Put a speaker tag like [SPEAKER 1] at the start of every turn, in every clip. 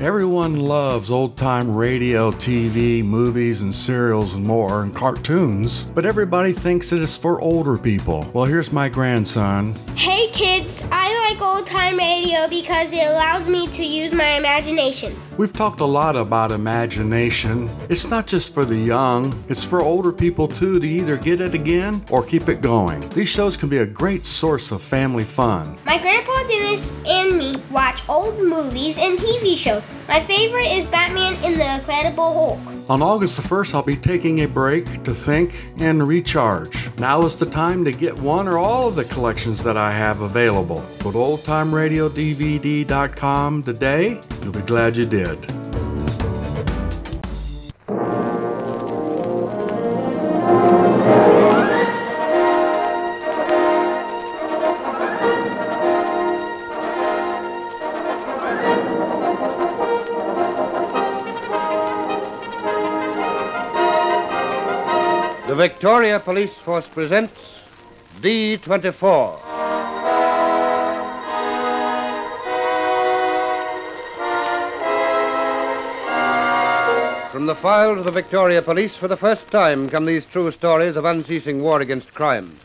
[SPEAKER 1] Everyone loves old time radio, TV, movies, and serials and more, and cartoons, but everybody thinks it is for older people. Well, here's my grandson.
[SPEAKER 2] Hey kids, I like old time radio because it allows me to use my imagination.
[SPEAKER 1] We've talked a lot about imagination. It's not just for the young, it's for older people too to either get it again or keep it going. These shows can be a great source of family fun.
[SPEAKER 2] My grandpa Dennis and me watch old movies and TV shows. My favorite is Batman and the Incredible Hulk.
[SPEAKER 1] On August the 1st, I'll be taking a break to think and recharge. Now is the time to get one or all of the collections that I have available. Go to oldtimeradiodvd.com today. You'll be glad you did.
[SPEAKER 3] The Victoria Police Force presents D24. From the files of the Victoria Police, for the first time come these true stories of unceasing war against crime,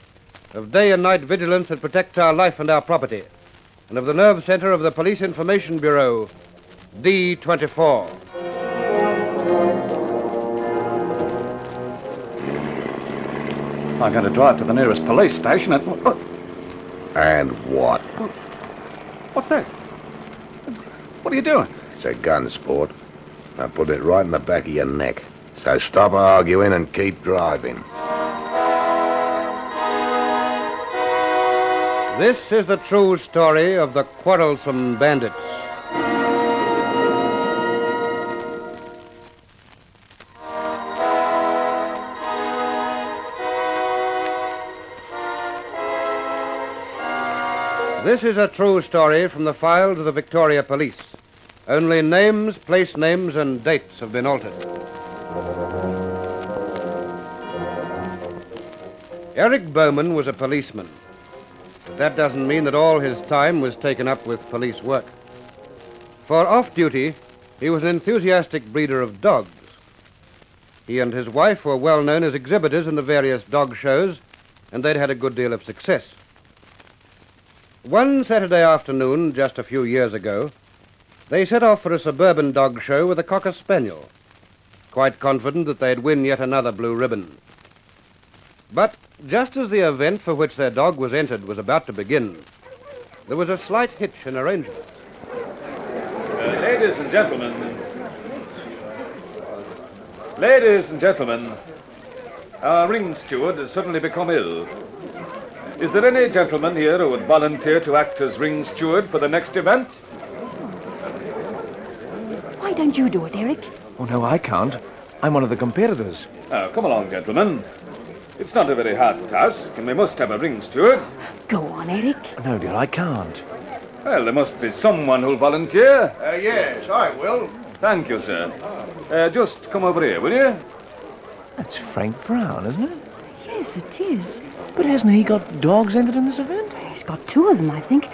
[SPEAKER 3] of day and night vigilance that protects our life and our property, and of the nerve center of the Police Information Bureau, D24.
[SPEAKER 4] I'm going to drive to the nearest police station and. Look,
[SPEAKER 5] And what?
[SPEAKER 4] what's that? What are you doing?
[SPEAKER 5] It's a gun sport. I put it right in the back of your neck. So stop arguing and keep driving.
[SPEAKER 3] This is the true story of the quarrelsome bandits. This is a true story from the files of the Victoria Police. Only names, place names, and dates have been altered. Eric Bowman was a policeman. But that doesn't mean that all his time was taken up with police work. For off duty, he was an enthusiastic breeder of dogs. He and his wife were well known as exhibitors in the various dog shows, and they'd had a good deal of success. One Saturday afternoon, just a few years ago, they set off for a suburban dog show with a cocker spaniel, quite confident that they'd win yet another blue ribbon. But just as the event for which their dog was entered was about to begin, there was a slight hitch in arrangement.
[SPEAKER 6] Uh, ladies and gentlemen. Ladies and gentlemen, our ring steward has suddenly become ill. Is there any gentleman here who would volunteer to act as ring steward for the next event?
[SPEAKER 7] Why don't you do it, Eric?
[SPEAKER 8] Oh, no, I can't. I'm one of the competitors.
[SPEAKER 6] Now, Ah, come along, gentlemen. It's not a very hard task, and we must have a ring steward.
[SPEAKER 7] Go on, Eric.
[SPEAKER 8] No, dear, I can't.
[SPEAKER 6] Well, there must be someone who'll volunteer.
[SPEAKER 3] Uh, yes, I will.
[SPEAKER 6] Thank you, sir. Uh, just come over here, will you?
[SPEAKER 8] That's Frank Brown, isn't it?
[SPEAKER 7] Yes, it is.
[SPEAKER 8] But hasn't he got dogs entered in this event?
[SPEAKER 7] He's got two of them, I think.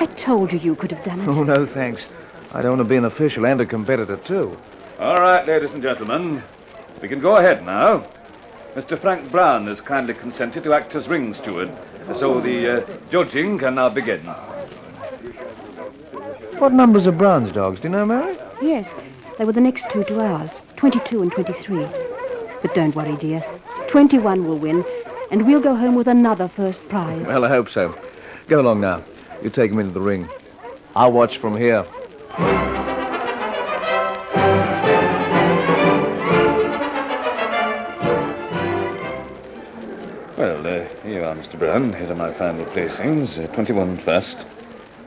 [SPEAKER 7] I told you you could have done it.
[SPEAKER 8] Oh, no, thanks. I don't want to be an official and a competitor, too.
[SPEAKER 6] All right, ladies and gentlemen. We can go ahead now. Mr. Frank Brown has kindly consented to act as ring steward, so the uh, judging can now begin.
[SPEAKER 8] What numbers are Brown's dogs? Do you know, Mary?
[SPEAKER 7] Yes, they were the next two to ours 22 and 23. But don't worry, dear. 21 will win, and we'll go home with another first prize.
[SPEAKER 8] Well, I hope so. Go along now. You take him into the ring. I'll watch from here.
[SPEAKER 6] Well, uh, here you are, Mr. Brown. Here are my final placings. Uh, 21 first,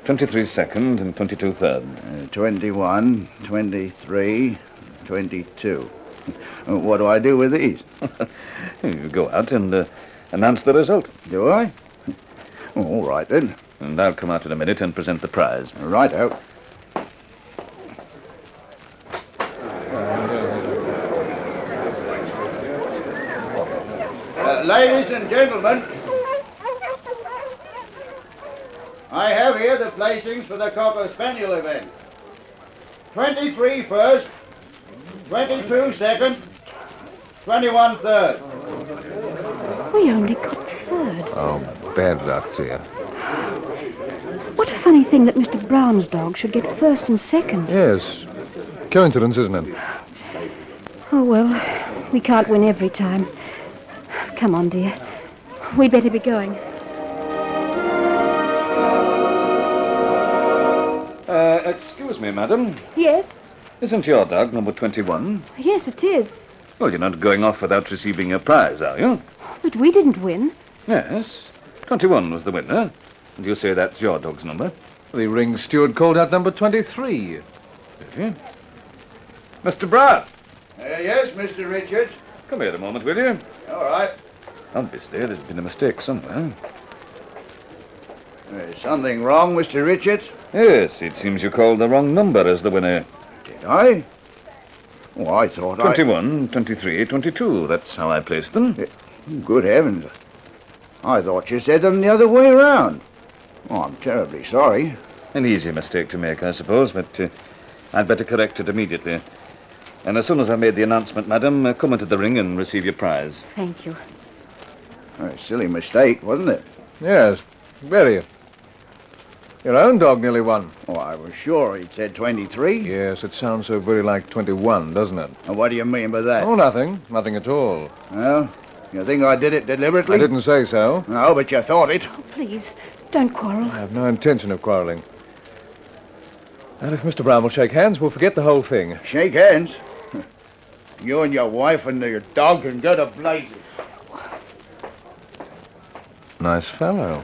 [SPEAKER 6] 23 second, and 22 third.
[SPEAKER 9] Uh, 21, 23, 22. What do I do with these?
[SPEAKER 6] You go out and uh, announce the result.
[SPEAKER 9] Do I? All right then.
[SPEAKER 6] And I'll come out in a minute and present the prize.
[SPEAKER 9] Righto.
[SPEAKER 3] Uh, ladies and gentlemen, I have here the placings for the Cocker Spaniel event.
[SPEAKER 9] 23 first, 22 second, 21 third. Uh,
[SPEAKER 7] We only got third.
[SPEAKER 10] Oh, bad luck to you.
[SPEAKER 7] What a funny thing that Mr. Brown's dog should get first and second.
[SPEAKER 8] Yes. Coincidence, isn't it?
[SPEAKER 7] Oh, well, we can't win every time. Come on, dear. We'd better be going.
[SPEAKER 11] Uh, excuse me, madam.
[SPEAKER 7] Yes,
[SPEAKER 6] Isn't your dog number 21?
[SPEAKER 7] yes, it is.
[SPEAKER 6] Well, you're not going off without receiving a prize, are you?
[SPEAKER 7] But we didn't win.
[SPEAKER 6] Yes. 21 was the winner. And you say that's your dog's number?
[SPEAKER 8] The ring steward called out number 23.
[SPEAKER 6] Eh?
[SPEAKER 11] Mr. Bratt,
[SPEAKER 9] yes, Mr. Richards.
[SPEAKER 11] come here a moment, will you?
[SPEAKER 9] All right.
[SPEAKER 6] Obviously, there's been a mistake somewhere.
[SPEAKER 9] There's something wrong, Mr. Richards.
[SPEAKER 6] Yes, it seems you called the wrong number as the winner.
[SPEAKER 9] Did I? Oh, I thought I.
[SPEAKER 6] 21, 23, 22. That's how I placed them.
[SPEAKER 9] Good heavens. I thought you said them the other way round. Oh, I'm terribly sorry.
[SPEAKER 6] An easy mistake to make, I suppose, but uh, I'd better correct it immediately. And as soon as I made the announcement, madam, uh, come into the ring and receive your prize.
[SPEAKER 7] Thank you.
[SPEAKER 9] A silly mistake, wasn't it?
[SPEAKER 8] Yes. Very. Your own dog nearly won.
[SPEAKER 9] Oh, I was sure he'd said 23.
[SPEAKER 8] Yes, it sounds so very like 21, doesn't it?
[SPEAKER 9] And what do you mean by that?
[SPEAKER 8] Oh, nothing. Nothing at all.
[SPEAKER 9] Well, you think I did it deliberately?
[SPEAKER 8] I didn't say so.
[SPEAKER 9] No, but you thought it.
[SPEAKER 7] Please, don't quarrel.
[SPEAKER 8] I have no intention of quarreling. And if Mr. Brown will shake hands, we'll forget the whole thing.
[SPEAKER 9] Shake hands. You and your wife and your dog can go to blazes.
[SPEAKER 8] Nice fellow.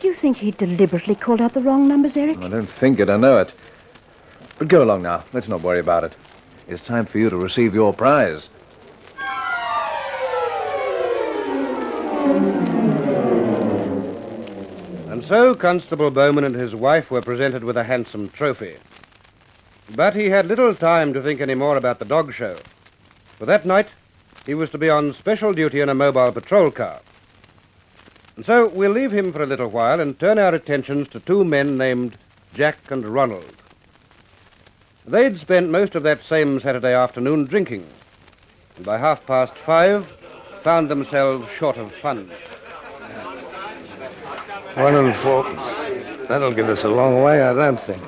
[SPEAKER 7] Do you think he deliberately called out the wrong numbers, Eric?
[SPEAKER 8] I don't think it, I know it. But go along now. Let's not worry about it. It's time for you to receive your prize.
[SPEAKER 3] And so Constable Bowman and his wife were presented with a handsome trophy. But he had little time to think any more about the dog show. For that night, he was to be on special duty in a mobile patrol car. And so we'll leave him for a little while and turn our attentions to two men named Jack and Ronald. They'd spent most of that same Saturday afternoon drinking, and by half past five, found themselves short of funds.
[SPEAKER 12] One and fourpence. That'll give us a long way, I don't think.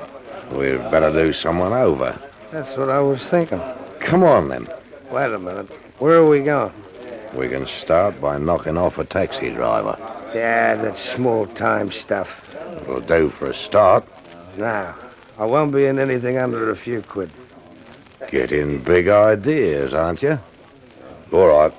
[SPEAKER 10] We'd better do someone over.
[SPEAKER 12] That's what I was thinking.
[SPEAKER 10] Come on, then.
[SPEAKER 12] Wait a minute. Where are we going?
[SPEAKER 10] We can start by knocking off a taxi driver.
[SPEAKER 12] Yeah, that small time stuff.
[SPEAKER 10] It'll do for a start.
[SPEAKER 12] Now, I won't be in anything under a few quid.
[SPEAKER 10] Getting big ideas, aren't you? All right.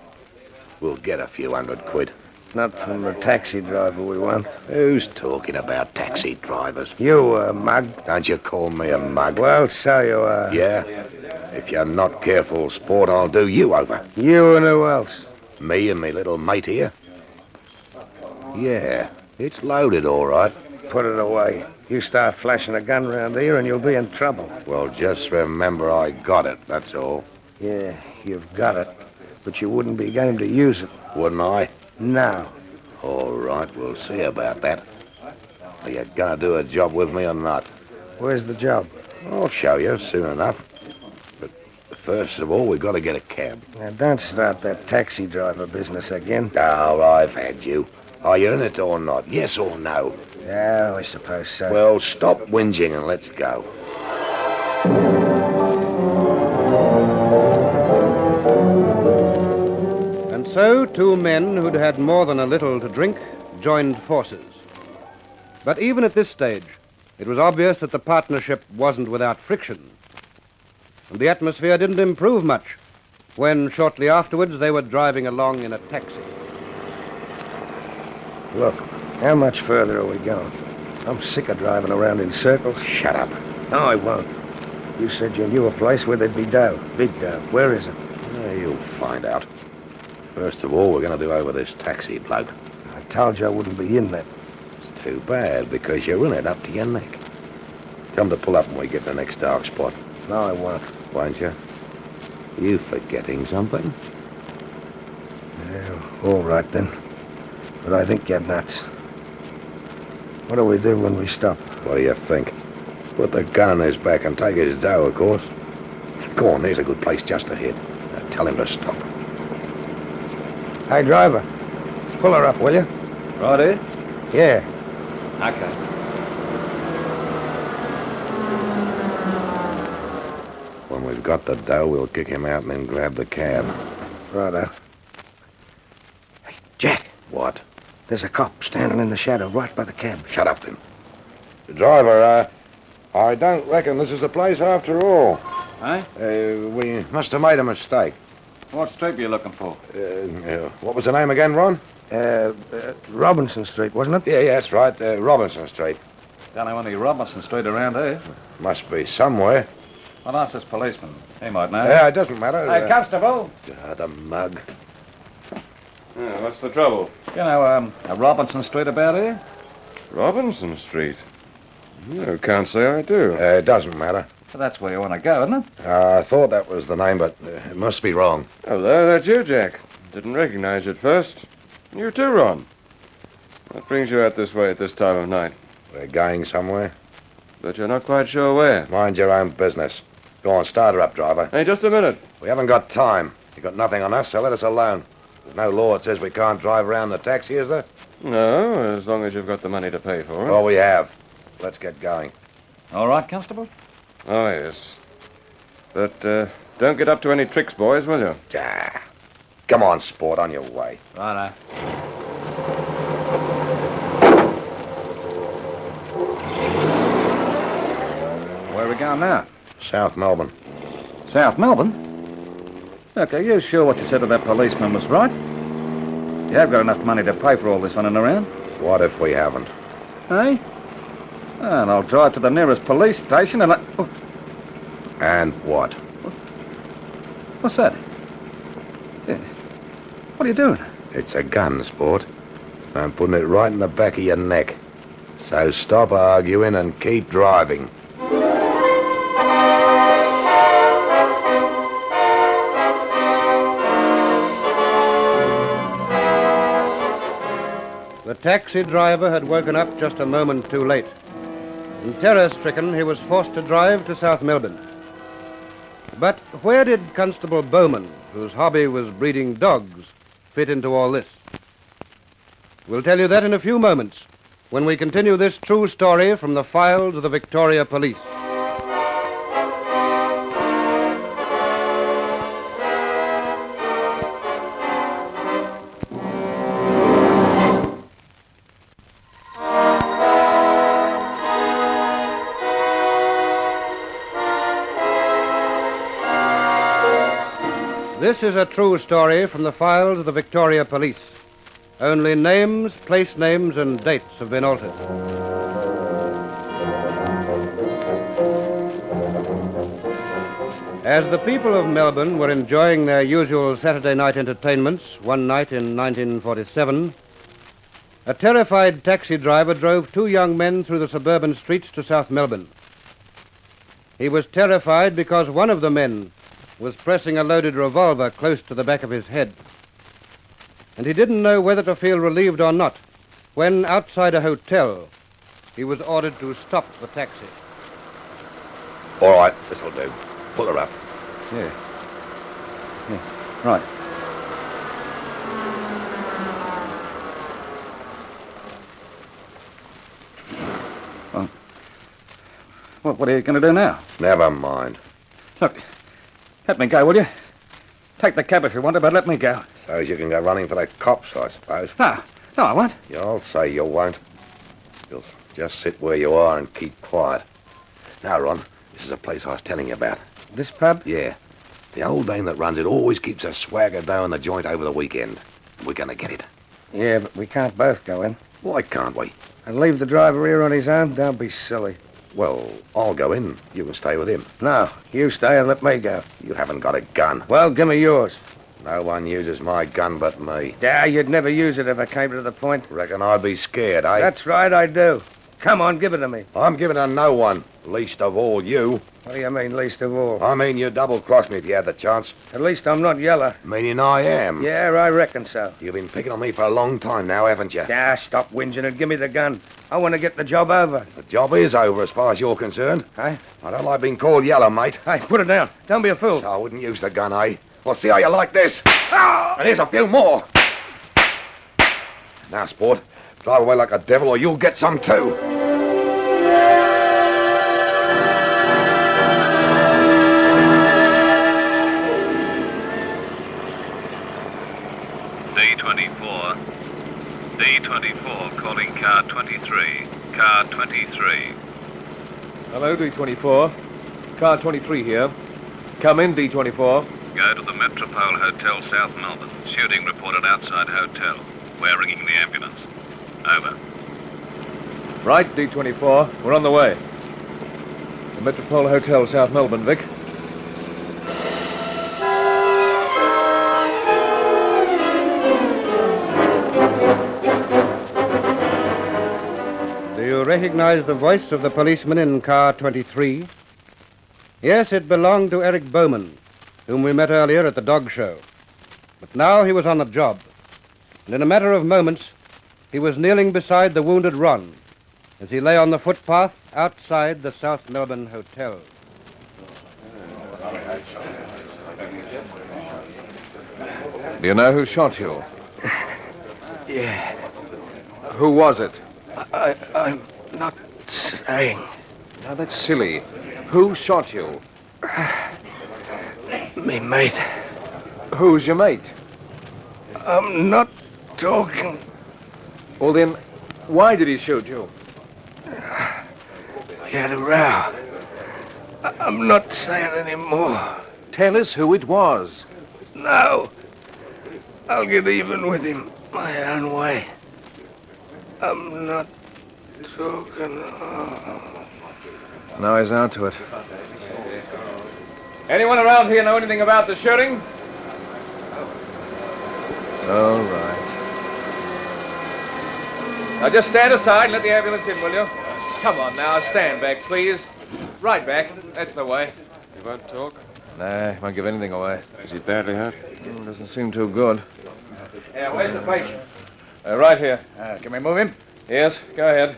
[SPEAKER 10] We'll get a few hundred quid.
[SPEAKER 12] Not from the taxi driver we want.
[SPEAKER 10] Who's talking about taxi drivers?
[SPEAKER 12] You, uh, mug.
[SPEAKER 10] Don't you call me a mug?
[SPEAKER 12] Well, so you are.
[SPEAKER 10] Yeah. If you're not careful, sport, I'll do you over.
[SPEAKER 12] You and who else?
[SPEAKER 10] Me and me little mate here. Yeah, it's loaded, all right.
[SPEAKER 12] Put it away. You start flashing a gun round here and you'll be in trouble.
[SPEAKER 10] Well, just remember I got it, that's all.
[SPEAKER 12] Yeah, you've got it, but you wouldn't be game to use it.
[SPEAKER 10] Wouldn't I?
[SPEAKER 12] Now,
[SPEAKER 10] All right, we'll see about that. Are you going to do a job with me or not?
[SPEAKER 12] where's the job?
[SPEAKER 10] I'll show you soon enough. But first of all, we've got to get a cab.
[SPEAKER 12] Now, don't start that taxi driver business again.
[SPEAKER 10] Oh, I've had you. Are you in it or not? Yes or no?
[SPEAKER 12] Yeah, I suppose so.
[SPEAKER 10] Well, stop whinging and let's go.
[SPEAKER 3] And so two men who'd had more than a little to drink joined forces. But even at this stage, it was obvious that the partnership wasn't without friction. And the atmosphere didn't improve much when shortly afterwards they were driving along in a taxi.
[SPEAKER 12] Look, how much further are we going? I'm sick of driving around in circles.
[SPEAKER 10] Shut up.
[SPEAKER 12] No, I won't. You said you knew a place where there'd be dough. Big dough. Where is it?
[SPEAKER 10] Yeah, you'll find out. First of all, we're going to do over this taxi bloke.
[SPEAKER 12] I told you I wouldn't be in that.
[SPEAKER 10] It's too bad because you're in it up to your neck. Come to pull up when we get the next dark spot,
[SPEAKER 12] No, I won't.
[SPEAKER 10] won't you? You forgetting something?
[SPEAKER 12] Yeah, all right then. But I think you're nuts. What do we do when we stop?
[SPEAKER 10] What do you think? Put the gun in his back and take his dough, of course. Go on, there's a good place just ahead. Now tell him to stop.
[SPEAKER 12] Hey, driver, pull her up, will you?
[SPEAKER 6] Righty.
[SPEAKER 12] Yeah.
[SPEAKER 6] Okay.
[SPEAKER 10] When we've got the dough, we'll kick him out and then grab the cab.
[SPEAKER 12] Righto. Jack,
[SPEAKER 10] What?
[SPEAKER 12] there's a cop standing in the shadow right by the cab.
[SPEAKER 10] Shut up, then. Driver, uh, I don't reckon this is the place after all.
[SPEAKER 6] Aye?
[SPEAKER 10] Uh, we must have made a mistake.
[SPEAKER 6] What street were you looking for?
[SPEAKER 10] Uh, uh, what was the name again, Ron?
[SPEAKER 12] Uh, uh, Robinson Street, wasn't it?
[SPEAKER 10] Yeah, yeah, that's right. Uh, Robinson Street.
[SPEAKER 6] Don't know any Robinson Street around here.
[SPEAKER 10] Must be somewhere.
[SPEAKER 6] I'll ask this policeman. He might
[SPEAKER 12] Uh,
[SPEAKER 6] know.
[SPEAKER 10] Yeah, it doesn't matter.
[SPEAKER 11] Hey, Constable.
[SPEAKER 10] Ah, the mug.
[SPEAKER 11] what's the trouble?
[SPEAKER 6] You know, um, a Robinson Street about here?
[SPEAKER 13] Robinson Street? No, can't say I do.
[SPEAKER 10] Uh, it doesn't matter.
[SPEAKER 6] Well, that's where you want to go, isn't it?
[SPEAKER 10] Uh, I thought that was the name, but uh, it must be wrong.
[SPEAKER 13] Hello, that Oh, you, Jack. Didn't recognize you at first. You too, Ron. What brings you out this way at this time of night?
[SPEAKER 10] We're going somewhere.
[SPEAKER 13] But you're not quite sure where.
[SPEAKER 10] Mind your own business. Go on, start her up, driver.
[SPEAKER 13] Hey, just a minute.
[SPEAKER 10] We haven't got time. You got nothing on us, so let us alone. There's no law that says we can't drive around the taxi, is there?
[SPEAKER 13] No, as long as you've got the money to pay for it.
[SPEAKER 10] Oh, we have. Let's get going.
[SPEAKER 6] All right, Constable?
[SPEAKER 13] Oh, yes. But uh, don't get up to any tricks, boys, will you?
[SPEAKER 10] Ah. Come on, sport, on your way.
[SPEAKER 6] Righto. Where are we going now?
[SPEAKER 10] South Melbourne.
[SPEAKER 6] South Melbourne? Look, are you sure what you said to that policeman was right? You have got enough money to pay for all this running around,
[SPEAKER 10] What if we haven't?
[SPEAKER 6] eh? And I'll drive to the nearest police station and I... Oh,
[SPEAKER 10] And what?
[SPEAKER 6] what's that? Yeah. What are you doing?
[SPEAKER 10] It's a gun, sport. I'm putting it right in the back of your neck. So stop arguing and keep driving.
[SPEAKER 3] The taxi driver had woken up just a moment too late. And terror stricken, he was forced to drive to South Melbourne. But where did Constable Bowman, whose hobby was breeding dogs, fit into all this? We'll tell you that in a few moments when we continue this true story from the files of the Victoria Police. This is a true story from the files of the Victoria Police. Only names, place names, and dates have been altered. As the people of Melbourne were enjoying their usual Saturday night entertainments, one night in 1947, a terrified taxi driver drove two young men through the suburban streets to South Melbourne. He was terrified because one of the men, was pressing a loaded revolver close to the back of his head. And he didn't know whether to feel relieved or not when, outside a hotel, he was ordered to stop the taxi.
[SPEAKER 10] All right, this'll do. Pull her up.
[SPEAKER 6] Yeah. Yeah. Right. Well, what, what are you going to do now?
[SPEAKER 10] Never mind.
[SPEAKER 6] Look, let me go, will you? Take the cab if you want to, but let me go.
[SPEAKER 10] So as you can go running for the cops, I suppose.
[SPEAKER 6] No, no, I won't.
[SPEAKER 10] You'll say you won't. You'll just sit where you are and keep quiet. Now, Ron, this is a place I was telling you about.
[SPEAKER 12] This pub?
[SPEAKER 10] Yeah. The old dame that runs it always keeps a swagger down the joint over the weekend. We're going to get it.
[SPEAKER 12] Yeah, but we can't both go in.
[SPEAKER 10] Why can't we?
[SPEAKER 12] And leave the driver here on his own? Don't be silly.
[SPEAKER 10] Well, I'll go in. You can stay with him.
[SPEAKER 12] No, you stay and let me go.
[SPEAKER 10] You haven't got a gun.
[SPEAKER 12] Well, give me yours.
[SPEAKER 10] No one uses my gun but me.
[SPEAKER 12] Yeah, you'd never use it if I came to the point.
[SPEAKER 10] Reckon I'd be scared, eh?
[SPEAKER 12] That's right, I do. Come on, give it to me.
[SPEAKER 10] I'm giving her no one, least of all you.
[SPEAKER 12] What do you mean, least of all?
[SPEAKER 10] I mean, you double-crossed me if you had the chance.
[SPEAKER 12] At least I'm not yeller.
[SPEAKER 10] Meaning I am.
[SPEAKER 12] Yeah, I reckon so.
[SPEAKER 10] You've been picking on me for a long time now, haven't you?
[SPEAKER 12] Ah, stop whinging and give me the gun. I want to get the job over.
[SPEAKER 10] The job is over as far as you're concerned.
[SPEAKER 12] Hey?
[SPEAKER 10] I don't like being called yellow, mate.
[SPEAKER 12] Hey, put it down. Don't be a fool.
[SPEAKER 10] So I wouldn't use the gun, eh? Well, see how you like this. And here's a few more. Now, sport, drive away like a devil or you'll get some too.
[SPEAKER 14] Day 24. Day 24, calling car 23. Car 23.
[SPEAKER 11] Hello, D24. Car 23 here. Come in, D24.
[SPEAKER 14] Go to the Metropole Hotel, South Melbourne. Shooting reported outside hotel. We're ringing the ambulance. Over.
[SPEAKER 11] Right, D24. We're on the way. The Metropole Hotel, South Melbourne, Vic.
[SPEAKER 3] Do you recognize the voice of the policeman in car 23? Yes, it belonged to Eric Bowman, whom we met earlier at the dog show. But now he was on the job. And in a matter of moments, he was kneeling beside the wounded Ron as he lay on the footpath outside the South Melbourne Hotel.
[SPEAKER 8] Do you know who shot you?
[SPEAKER 12] Yeah,
[SPEAKER 8] Who was it?
[SPEAKER 12] I, I'm not saying.
[SPEAKER 8] Now, that's silly. Who shot you?
[SPEAKER 12] Me mate,
[SPEAKER 8] Who's your mate?
[SPEAKER 12] I'm not talking.
[SPEAKER 8] Well, then, why did he shoot you?
[SPEAKER 12] We had a row. I, I'm not saying any more.
[SPEAKER 8] Tell us who it was.
[SPEAKER 12] No. I'll get even with him my own way. I'm not talking. Oh.
[SPEAKER 8] Now he's out to it.
[SPEAKER 11] Anyone around here know anything about the shooting?
[SPEAKER 8] All right.
[SPEAKER 11] Now just stand aside and let the ambulance in, will you? Come on now, stand back, please. Right back. That's the way.
[SPEAKER 13] You won't talk?
[SPEAKER 8] Nah, he won't give anything away.
[SPEAKER 13] Is he badly hurt?
[SPEAKER 8] Mm, Doesn't seem too good.
[SPEAKER 11] Yeah, where's the patient? Uh, right here.
[SPEAKER 8] can we move him?
[SPEAKER 11] Yes, go ahead.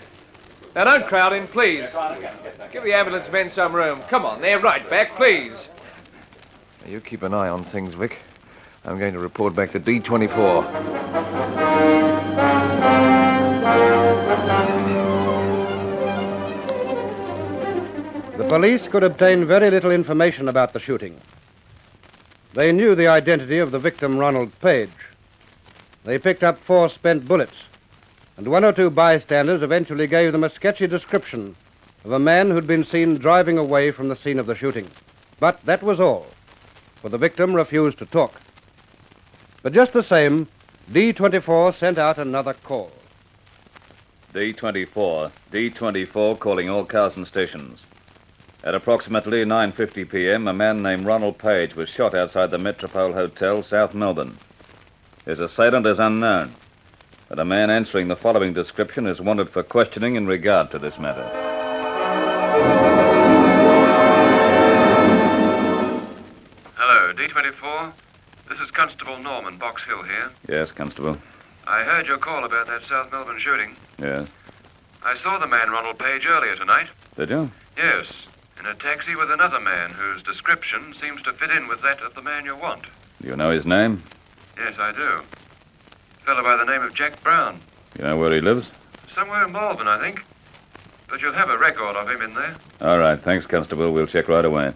[SPEAKER 11] Now don't crowd in, please. Give the ambulance men some room. Come on, they're right back, please.
[SPEAKER 8] You keep an eye on things, Vic. I'm going to report back to D24.
[SPEAKER 3] The police could obtain very little information about the shooting. They knew the identity of the victim, Ronald Page. They picked up four spent bullets, and one or two bystanders eventually gave them a sketchy description of a man who'd been seen driving away from the scene of the shooting. But that was all, for the victim refused to talk. But just the same, D24 sent out another call.
[SPEAKER 6] D24. D24 calling all cars and stations. At approximately 9.50 p.m., a man named Ronald Page was shot outside the Metropole Hotel, South Melbourne. His assailant is unknown, but a man answering the following description is wanted for questioning in regard to this matter.
[SPEAKER 15] Hello, D24. This is Constable Norman, Box Hill here.
[SPEAKER 6] Yes, Constable.
[SPEAKER 15] I heard your call about that South Melbourne shooting.
[SPEAKER 6] Yes.
[SPEAKER 15] I saw the man Ronald Page earlier tonight.
[SPEAKER 6] Did you?
[SPEAKER 15] Yes, in a taxi with another man whose description seems to fit in with that of the man you want.
[SPEAKER 6] Do you know his name?
[SPEAKER 15] Yes, I do. Fellow by the name of Jack Brown.
[SPEAKER 6] Do you know where he lives?
[SPEAKER 15] Somewhere in Melbourne, I think. But you'll have a record of him in there.
[SPEAKER 6] All right, thanks, Constable. We'll check right away.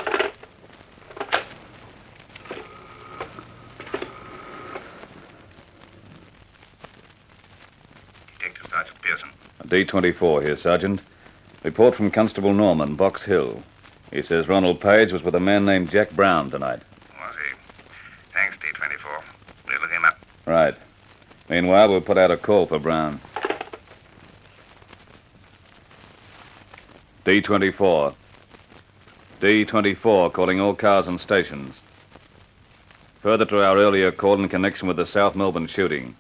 [SPEAKER 15] Detective Sergeant Pearson.
[SPEAKER 6] D24 here, Sergeant. Report from Constable Norman, Box Hill. He says Ronald Page was with a man named Jack Brown tonight.
[SPEAKER 15] Was he? Thanks, D24. We'll look him up.
[SPEAKER 6] Right. Meanwhile, we'll put out a call for Brown. D24. D24 calling all cars and stations. Further to our earlier call in connection with the South Melbourne shooting.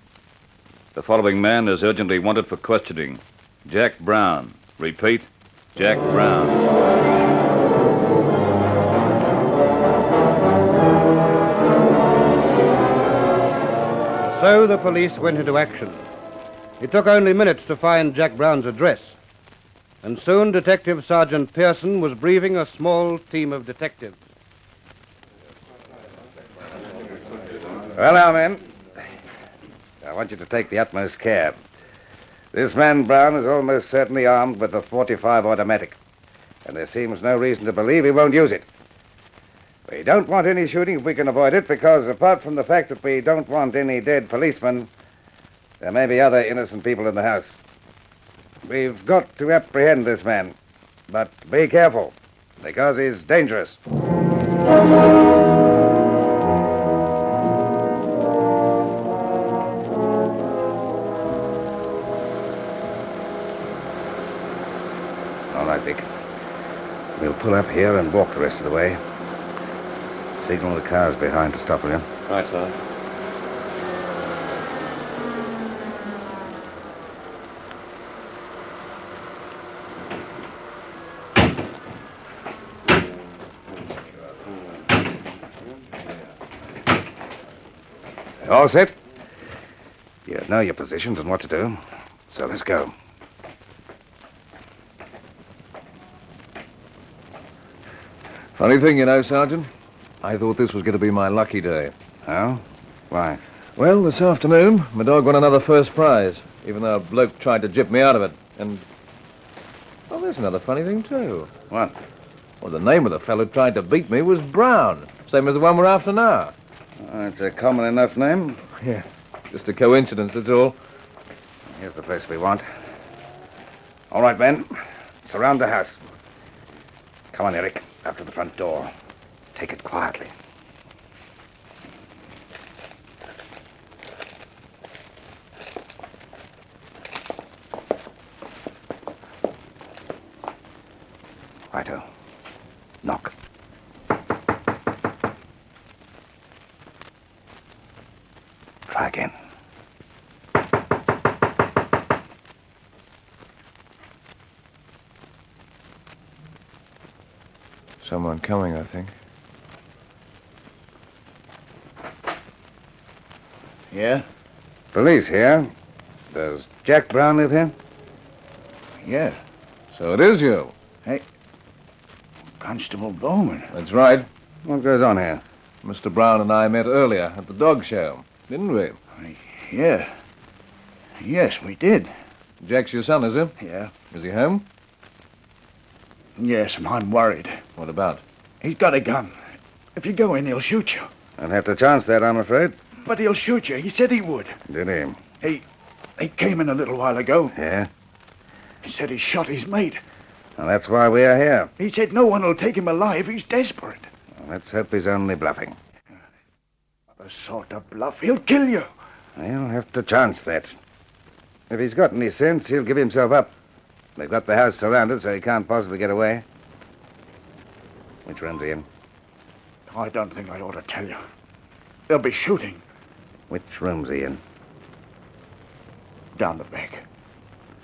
[SPEAKER 6] The following man is urgently wanted for questioning. Jack Brown, Repeat, Jack Brown.
[SPEAKER 16] So the police went into action. It took only minutes to find Jack Brown's address. And soon Detective Sergeant Pearson was briefing a small team of detectives.
[SPEAKER 17] Well, now, men, I want you to take the utmost care. This man Brown is almost certainly armed with a 45 automatic, and there seems no reason to believe he won't use it. We don't want any shooting if we can avoid it, because apart from the fact that we don't want any dead policemen, there may be other innocent people in the house. We've got to apprehend this man, but be careful, because he's dangerous.
[SPEAKER 3] All right, Vic. We'll pull up here and walk the rest of the way. Signal the cars behind to stop, will you?
[SPEAKER 18] Right, sir.
[SPEAKER 3] All set? You know your positions and what to do, so let's go.
[SPEAKER 8] Funny thing, you know, Sergeant. I thought this was going to be my lucky day.
[SPEAKER 3] Oh? Why?
[SPEAKER 8] Well, this afternoon, my dog won another first prize, even though a bloke tried to jip me out of it. And. Well, there's another funny thing, too.
[SPEAKER 3] What?
[SPEAKER 8] Well, the name of the fellow who tried to beat me was Brown, same as the one we're after now.
[SPEAKER 3] That's a common enough name.
[SPEAKER 8] Yeah. Just a coincidence, that's all.
[SPEAKER 3] Here's the place we want. All right, men. Surround the house. Come on, Eric. Up to the front door. Take it quietly. Righto. Knock. Try again.
[SPEAKER 8] Someone coming, I think.
[SPEAKER 10] Yeah?
[SPEAKER 3] Police here. Does Jack Brown live here?
[SPEAKER 10] Yeah.
[SPEAKER 8] So it is you.
[SPEAKER 10] Hey. Constable Bowman.
[SPEAKER 8] That's right.
[SPEAKER 3] What goes on here?
[SPEAKER 8] Mr. Brown and I met earlier at the dog show, didn't we?
[SPEAKER 10] Yeah. Yes, we did.
[SPEAKER 8] Jack's your son, is he?
[SPEAKER 10] Yeah.
[SPEAKER 8] Is he home?
[SPEAKER 10] Yes, and I'm worried.
[SPEAKER 8] What about?
[SPEAKER 10] He's got a gun. If you go in, he'll shoot you.
[SPEAKER 3] I'll have to chance that, I'm afraid.
[SPEAKER 10] But he'll shoot you. He said he would.
[SPEAKER 3] Did he?
[SPEAKER 10] He he came in a little while ago.
[SPEAKER 3] Yeah?
[SPEAKER 10] He said he shot his mate.
[SPEAKER 3] Well, that's why we are here.
[SPEAKER 10] He said no one will take him alive. He's desperate.
[SPEAKER 3] Let's hope he's only bluffing.
[SPEAKER 10] The sort of bluff. He'll kill you.
[SPEAKER 3] He'll have to chance that. If he's got any sense, he'll give himself up. They've got the house surrounded, so he can't possibly get away. Which room's he in?
[SPEAKER 10] I don't think I ought to tell you. They'll be shooting
[SPEAKER 3] Which room's he in?
[SPEAKER 10] down the back.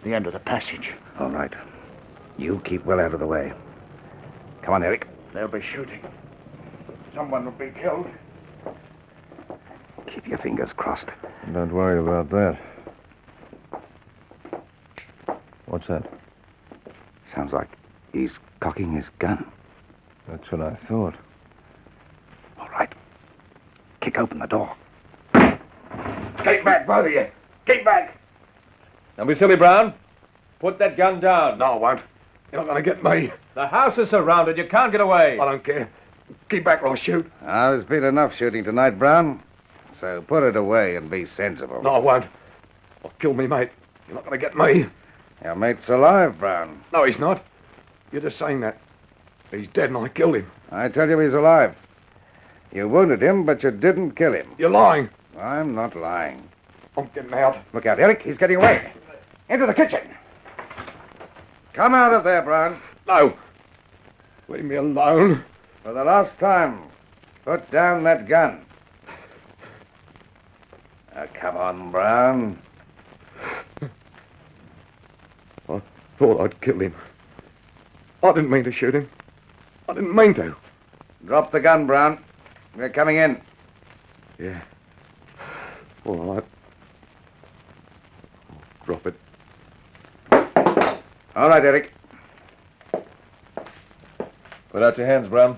[SPEAKER 10] The end of the passage.
[SPEAKER 3] All right. You keep well out of the way. Come on, Eric.
[SPEAKER 10] They'll be shooting. Someone will be killed.
[SPEAKER 3] Keep your fingers crossed.
[SPEAKER 8] Don't worry about that. What's that?
[SPEAKER 3] Sounds like he's cocking his gun.
[SPEAKER 8] That's what I thought.
[SPEAKER 3] All right. Kick open the door.
[SPEAKER 19] Get back, both of you. Get back.
[SPEAKER 20] Don't be silly, Brown. Put that gun down.
[SPEAKER 19] Uh, No, I won't. You're not going to get me.
[SPEAKER 20] The house is surrounded. You can't get away.
[SPEAKER 19] I don't care. Keep back or I'll shoot.
[SPEAKER 3] Ah, there's been enough shooting tonight, Brown. So put it away and be sensible.
[SPEAKER 19] No, I won't. I'll kill me, mate. You're not going to get me.
[SPEAKER 3] Your mate's alive, Brown.
[SPEAKER 19] No, he's not. You're just saying that. He's dead and I killed him.
[SPEAKER 3] I tell you he's alive. You wounded him, but you didn't kill him.
[SPEAKER 19] You're lying.
[SPEAKER 3] I'm not lying.
[SPEAKER 19] I'm getting out.
[SPEAKER 3] Look out, Eric. He's getting away. Into the kitchen. Come out of there, Brown.
[SPEAKER 19] No. Leave me alone.
[SPEAKER 3] For the last time, put down that gun.
[SPEAKER 19] Ah,
[SPEAKER 3] Now, come on, Brown.
[SPEAKER 21] Thought I'd killed him. I didn't mean to shoot him. I didn't mean to.
[SPEAKER 22] Drop the gun, Brown. We're coming in.
[SPEAKER 21] Yeah. All right. I'll drop it.
[SPEAKER 22] All right, Eric.
[SPEAKER 8] Put out your hands, Brown.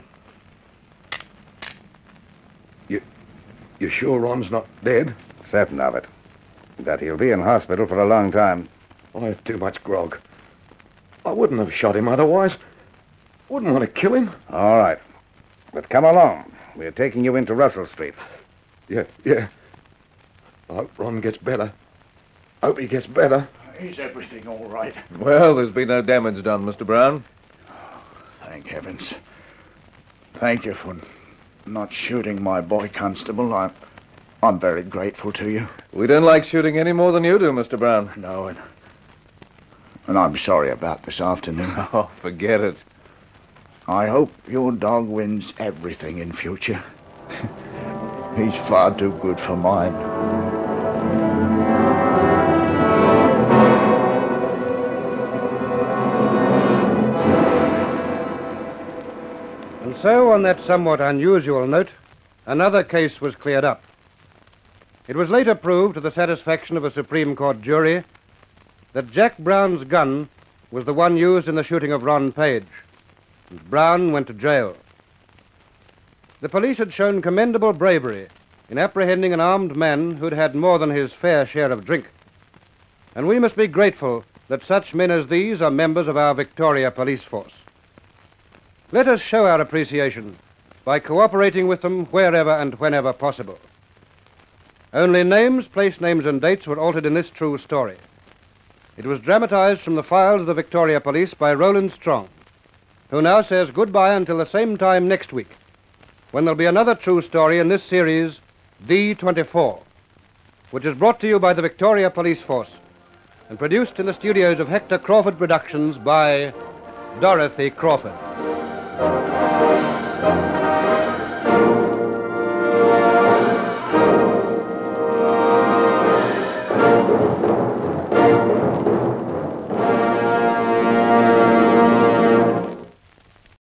[SPEAKER 21] You sure Ron's not dead?
[SPEAKER 22] Certain of it. That he'll be in hospital for a long time.
[SPEAKER 21] I have too much grog. I wouldn't have shot him otherwise. Wouldn't want to kill him.
[SPEAKER 22] All right. But come along. We're taking you into Russell Street.
[SPEAKER 21] Yeah, yeah. I hope Ron gets better. Hope he gets better.
[SPEAKER 12] Is everything all right?
[SPEAKER 8] Well, there's been no damage done, Mr. Brown.
[SPEAKER 12] Thank heavens. Thank you for not shooting my boy, Constable. I'm, I'm very grateful to you.
[SPEAKER 8] We don't like shooting any more than you do, Mr. Brown.
[SPEAKER 12] No, and, and I'm sorry about this afternoon.
[SPEAKER 8] Oh, forget it.
[SPEAKER 12] I hope your dog wins everything in future. He's far too good for mine.
[SPEAKER 3] And so, on that somewhat unusual note, another case was cleared up. It was later proved to the satisfaction of a Supreme Court jury that Jack Brown's gun was the one used in the shooting of Ron Page, and Brown went to jail. The police had shown commendable bravery in apprehending an armed man who'd had more than his fair share of drink. And we must be grateful that such men as these are members of our Victoria police force. Let us show our appreciation by cooperating with them wherever and whenever possible. Only names, place names, and dates were altered in this true story. It was dramatized from the files of the Victoria Police by Roland Strong, who now says goodbye until the same time next week, when there'll be another true story in this series, D24, which is brought to you by the Victoria Police Force and produced in the studios of Hector Crawford Productions by Dorothy Crawford.